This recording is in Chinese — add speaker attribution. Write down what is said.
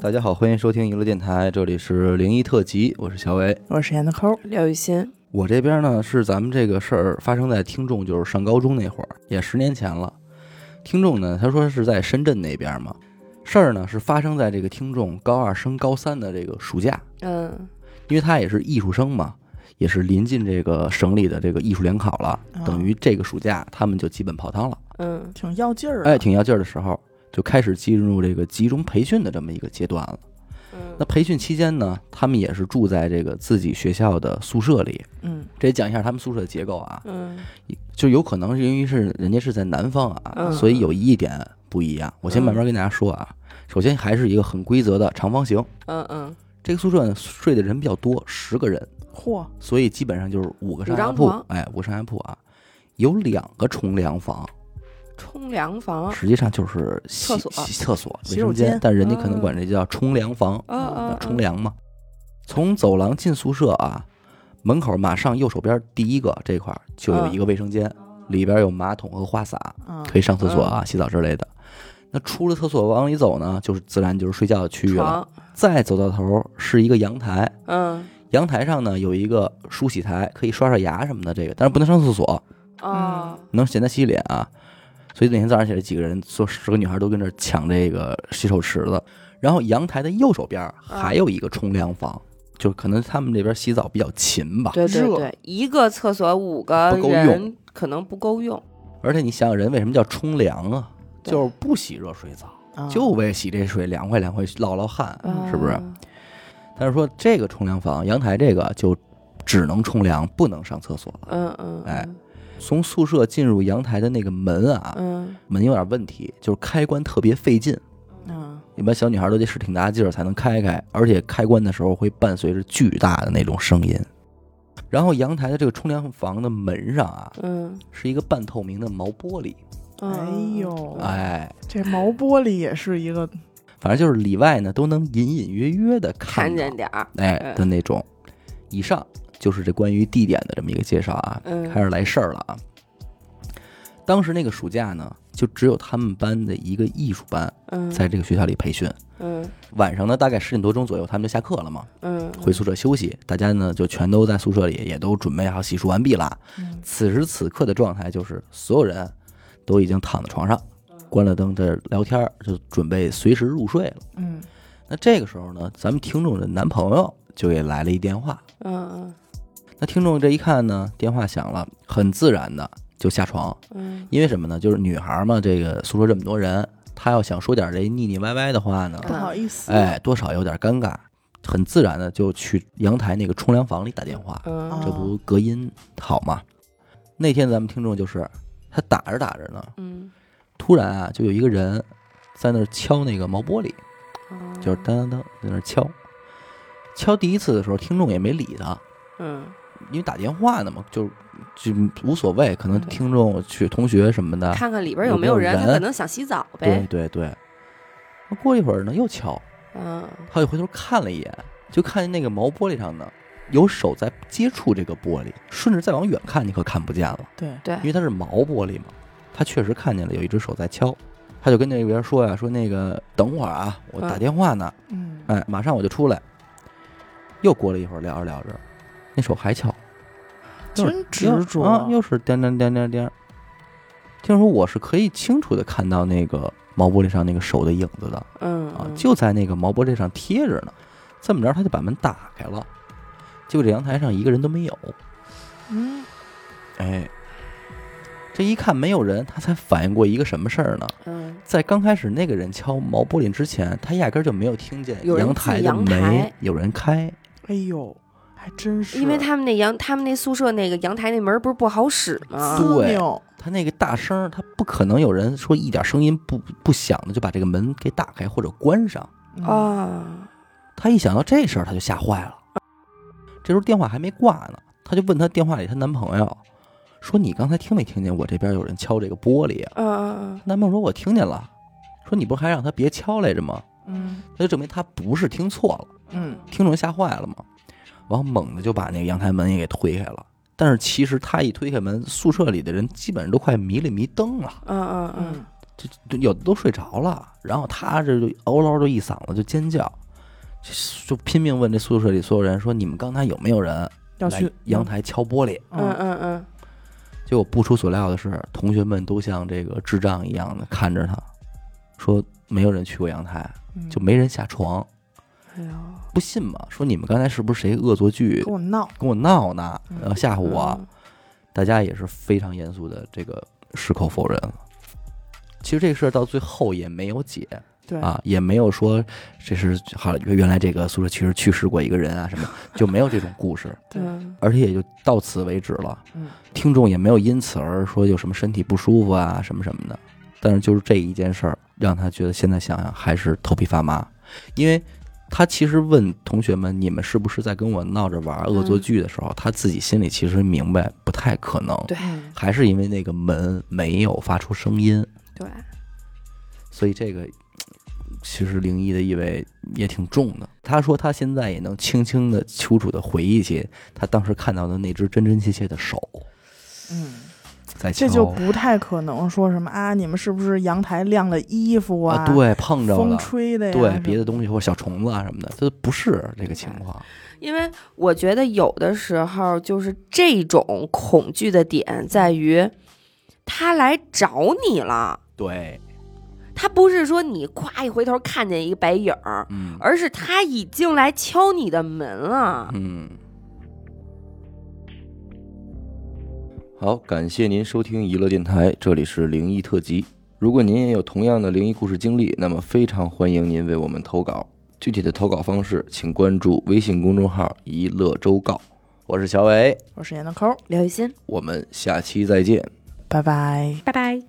Speaker 1: 大家好，欢迎收听娱乐电台，这里是零一特辑，我是小伟。
Speaker 2: 我是闫德抠，
Speaker 3: 廖雨欣，
Speaker 1: 我这边呢是咱们这个事儿发生在听众就是上高中那会儿，也十年前了。听众呢，他说是在深圳那边嘛，事儿呢是发生在这个听众高二升高三的这个暑假，
Speaker 3: 嗯，
Speaker 1: 因为他也是艺术生嘛，也是临近这个省里的这个艺术联考了，
Speaker 2: 啊
Speaker 1: 等于这个暑假他们就基本泡汤了，
Speaker 3: 嗯
Speaker 2: 挺要劲儿的，啊
Speaker 1: 哎，挺要劲儿的时候，就开始进入这个集中培训的这么一个阶段了。
Speaker 3: 嗯，
Speaker 1: 那培训期间呢，他们也是住在这个自己学校的宿舍里。
Speaker 2: 嗯
Speaker 1: 这讲一下他们宿舍的结构啊，
Speaker 3: 嗯
Speaker 1: 就有可能是因为是人家是在南方啊，
Speaker 3: 嗯
Speaker 1: 所以有一点不一样。我先
Speaker 3: 嗯
Speaker 1: 慢慢跟大家说啊，首先还是一个很规则的长方形。
Speaker 3: 嗯嗯，
Speaker 1: 这个宿舍呢睡的人比较多，十个人，
Speaker 2: 嚯，
Speaker 1: 所以基本上就是五个上下
Speaker 3: 五张
Speaker 1: 铺
Speaker 3: 床，
Speaker 1: 哎，五个上下铺啊，有两个冲凉房，
Speaker 3: 冲凉房，
Speaker 1: 实际上就是洗
Speaker 3: 哦厕所
Speaker 1: 洗厕所、
Speaker 2: 洗
Speaker 1: 卫
Speaker 2: 手
Speaker 1: 生
Speaker 2: 间
Speaker 1: 间，但人家可能
Speaker 3: 嗯
Speaker 1: 管这叫冲凉房，
Speaker 3: 啊啊，
Speaker 1: 冲凉嘛。从走廊进宿舍啊，门口马上右手边第一个这块儿就有一个卫生间，里边有马桶和花洒，
Speaker 2: 啊，
Speaker 1: 可以上厕所啊、洗澡之类的。那出了厕所往里走呢，就是自然就是睡觉的区域了。
Speaker 3: 床，
Speaker 1: 再走到头儿是一个阳台，
Speaker 3: 嗯
Speaker 1: 阳台上呢有一个梳洗台，可以刷刷牙什么的。这个但是不能上厕所，
Speaker 3: 啊，
Speaker 1: 能简单洗洗脸啊。所以那天早上起来，几个人说十个女孩都跟这儿抢这个洗手池子。然后阳台的右手边儿
Speaker 3: 啊
Speaker 1: 还有一个冲凉房，就是可能他们这边洗澡比较勤吧。
Speaker 3: 对对
Speaker 2: 热
Speaker 3: 对，一个厕所五个
Speaker 1: 不够
Speaker 3: 人可能不够用，
Speaker 1: 而且你想想，人为什么叫冲凉啊？
Speaker 3: 对嗯
Speaker 1: 就是不洗热水澡，
Speaker 2: 啊
Speaker 1: 就为洗这水凉快凉快，落落汗。
Speaker 2: 嗯
Speaker 1: 是不是
Speaker 3: 啊
Speaker 1: 但是说这个冲凉房阳台这个就只能冲凉，不能上厕所了。
Speaker 3: 嗯嗯，
Speaker 1: 哎
Speaker 3: 嗯，
Speaker 1: 从宿舍进入阳台的那个门啊，
Speaker 3: 嗯
Speaker 1: 门有点问题，就是开关特别费劲。
Speaker 2: 啊，
Speaker 1: 一般小女孩都得使挺大劲儿才能开开，而且开关的时候会伴随着巨大的那种声音。然后阳台的这个冲凉房的门上啊，
Speaker 3: 嗯，
Speaker 1: 是一个半透明的毛玻璃，
Speaker 3: 嗯
Speaker 2: 哎呦
Speaker 3: 嗯
Speaker 1: 哎，
Speaker 2: 这毛玻璃也是一个，
Speaker 1: 反正就是里外呢都能隐隐约约的
Speaker 3: 看
Speaker 1: 看见
Speaker 3: 见，点儿，
Speaker 1: 哎的那种。以上就是这关于地点的这么一个介绍啊，
Speaker 3: 嗯
Speaker 1: 开始来事儿了啊。当时那个暑假呢，就只有他们班的一个艺术班
Speaker 3: 嗯，
Speaker 1: 在这个学校里培训。
Speaker 3: 嗯
Speaker 1: 晚上呢，大概十点多钟左右，他们就下课了嘛。
Speaker 3: 嗯，
Speaker 1: 回宿舍休息，大家呢就全都在宿舍里，也都准备好洗漱完毕了。
Speaker 2: 嗯
Speaker 1: 此时此刻的状态就是，所有人都已经躺在床上，关了灯在这聊天儿，就准备随时入睡了。
Speaker 2: 嗯
Speaker 1: 那这个时候呢，咱们听众的男朋友就给来了一电话。
Speaker 3: 嗯
Speaker 1: 那听众这一看呢，电话响了，很自然的就下床，
Speaker 3: 嗯
Speaker 1: 因为什么呢？就是女孩嘛，这个宿舍这么多人，她要想说点这腻腻歪歪的话呢，
Speaker 2: 不好意思，
Speaker 1: 哎，多少有点尴尬，很自然的就去阳台那个冲凉房里打电话。
Speaker 3: 嗯
Speaker 1: 这不隔音好吗？那天咱们听众就是他打着打着呢，
Speaker 3: 嗯
Speaker 1: 突然啊，就有一个人在那儿敲那个毛玻璃，
Speaker 3: 嗯，
Speaker 1: 就是当当当在那儿敲。敲第一次的时候，听众也没理他，
Speaker 3: 嗯，
Speaker 1: 因为打电话呢嘛，就就无所谓，可能
Speaker 3: 嗯
Speaker 1: 听众去同学什么的。
Speaker 3: 看看里边
Speaker 1: 有
Speaker 3: 有
Speaker 1: 没
Speaker 3: 没
Speaker 1: 啊有
Speaker 3: 人，他
Speaker 1: 人
Speaker 3: 可能想洗澡
Speaker 1: 对
Speaker 3: 呗，
Speaker 1: 对对。那过一会儿呢，又敲，
Speaker 3: 嗯
Speaker 1: 他又回头看了一眼，就看见那个毛玻璃上呢有手在接触这个玻璃，顺着再往远看，你可看不见了。
Speaker 2: 对，
Speaker 3: 对
Speaker 1: 因，为它是毛玻璃嘛，他确实看见了有一只手在敲，他就跟那边说呀，说那个等会儿啊，我打
Speaker 3: 嗯
Speaker 1: 电话呢，
Speaker 2: 嗯
Speaker 1: 哎，马上我就出来。又过了一会儿，聊着聊着，那手还敲，又是
Speaker 2: 真执着
Speaker 1: 又啊，又是颠颠颠颠颠。听说我是可以清楚的看到那个毛玻璃上那个手的影子的
Speaker 3: 嗯
Speaker 1: 啊，
Speaker 3: 嗯
Speaker 1: 就在那个毛玻璃上贴着呢。这么着，他就把门打开了，结果这阳台上一个人都没有。
Speaker 2: 嗯
Speaker 1: 哎，这一看没有人，他才反应过一个什么事儿呢？
Speaker 3: 嗯。
Speaker 1: 在刚开始那个人敲毛玻璃之前，他压根儿就没有听见
Speaker 3: 有人
Speaker 1: 阳
Speaker 3: 进
Speaker 1: 台的
Speaker 3: 阳台
Speaker 1: 门有人开。
Speaker 2: 哎呦，还真是，
Speaker 3: 因为他们那阳，他们那宿舍那个阳台那门儿不是不好使吗？
Speaker 2: 呲
Speaker 1: 对
Speaker 2: 溜
Speaker 1: 他那个大声儿，他不可能有人说一点声音不不响的就把这个门给打开或者关上。
Speaker 2: 嗯
Speaker 3: 啊，
Speaker 1: 他一想到这事儿，他就吓坏了。这时候电话还没挂呢，他就问他电话里她男朋友，说：“你刚才听没听见我这边有人敲这个玻璃啊
Speaker 3: 嗯嗯？”
Speaker 1: 男朋友说：“我听见了。”说：“你不是还让他别敲来着吗？”
Speaker 2: 嗯
Speaker 1: 那就证明他不是听错了，
Speaker 2: 嗯
Speaker 1: 听众吓坏了嘛。然后猛地就把那个阳台门也给推开了。但是其实他一推开门，宿舍里的人基本上都快迷了迷瞪了。
Speaker 3: 嗯嗯嗯
Speaker 2: 嗯，
Speaker 1: 就有的都睡着了，然后他这就嗷嗷就一嗓子就尖叫，就就拼命问这宿舍里所有人说：“你们刚才有没有人
Speaker 2: 要
Speaker 1: 来
Speaker 2: 去
Speaker 1: 阳，台敲玻璃？”
Speaker 3: 嗯
Speaker 2: 嗯
Speaker 3: 嗯嗯，
Speaker 1: 结果不出所料的是，同学们都像这个智障一样的看着他，说没有人去过阳台，
Speaker 2: 嗯，
Speaker 1: 就没人下床。
Speaker 3: 哎呦，
Speaker 1: 不信嘛，说你们刚才是不是谁恶作剧
Speaker 2: 跟我闹，
Speaker 1: 跟我闹呢
Speaker 2: 嗯，
Speaker 1: 然后吓唬我？
Speaker 3: 嗯
Speaker 1: 大家也是非常严肃的这个矢口否认了。其实这个事儿到最后也没有解
Speaker 2: 对，
Speaker 1: 啊，也没有说这是好了，原来这个宿舍其实去世过一个人啊什么，就没有这种故事，
Speaker 2: 对
Speaker 3: 嗯
Speaker 1: 而且也就到此为止了。
Speaker 2: 嗯，
Speaker 1: 听众也没有因此而说有什么身体不舒服啊什么什么的。但是就是这一件事儿，让他觉得现在想想还是头皮发麻，因为他其实问同学们你们是不是在跟我闹着玩儿恶作剧的时候，他自己心里其实明白不太可能，
Speaker 3: 对
Speaker 2: 嗯
Speaker 1: 还是因为那个门没有发出声音，
Speaker 3: 对，
Speaker 1: 所以这个嘖其实灵异的意味也挺重的。他说他现在也能清清的、楚楚的回忆起他当时看到的那只真真切切的手
Speaker 3: 哎
Speaker 2: 嗯，
Speaker 1: 在敲，啊
Speaker 2: 这就不太可能说什么啊，你们是不是阳台晾了衣服
Speaker 1: 啊，对，碰着
Speaker 2: 风
Speaker 1: 了，
Speaker 2: 吹的呀，
Speaker 1: 对，别
Speaker 2: 的
Speaker 1: 的东西或者小虫子啊什么的，这不是这个情
Speaker 2: 哎
Speaker 1: 况。
Speaker 3: 因为我觉得有的时候就是这种恐惧的点在于，他来找你了，
Speaker 1: 对，
Speaker 3: 他不是说你夸一回头看见一个白影儿，
Speaker 1: 嗯
Speaker 3: 而是他已经来敲你的门了。
Speaker 1: 嗯，
Speaker 4: 好，感谢您收听娱乐电台，这里是灵异特辑。如果您也有同样的灵异故事经历，那么非常欢迎您为我们投稿。具体的投稿方式，请关注微信公众号“一乐周告”。我是小伟，
Speaker 2: 我是闫德抠，
Speaker 3: 刘雨欣，
Speaker 4: 我们下期再见。
Speaker 2: 拜拜。
Speaker 3: 拜拜。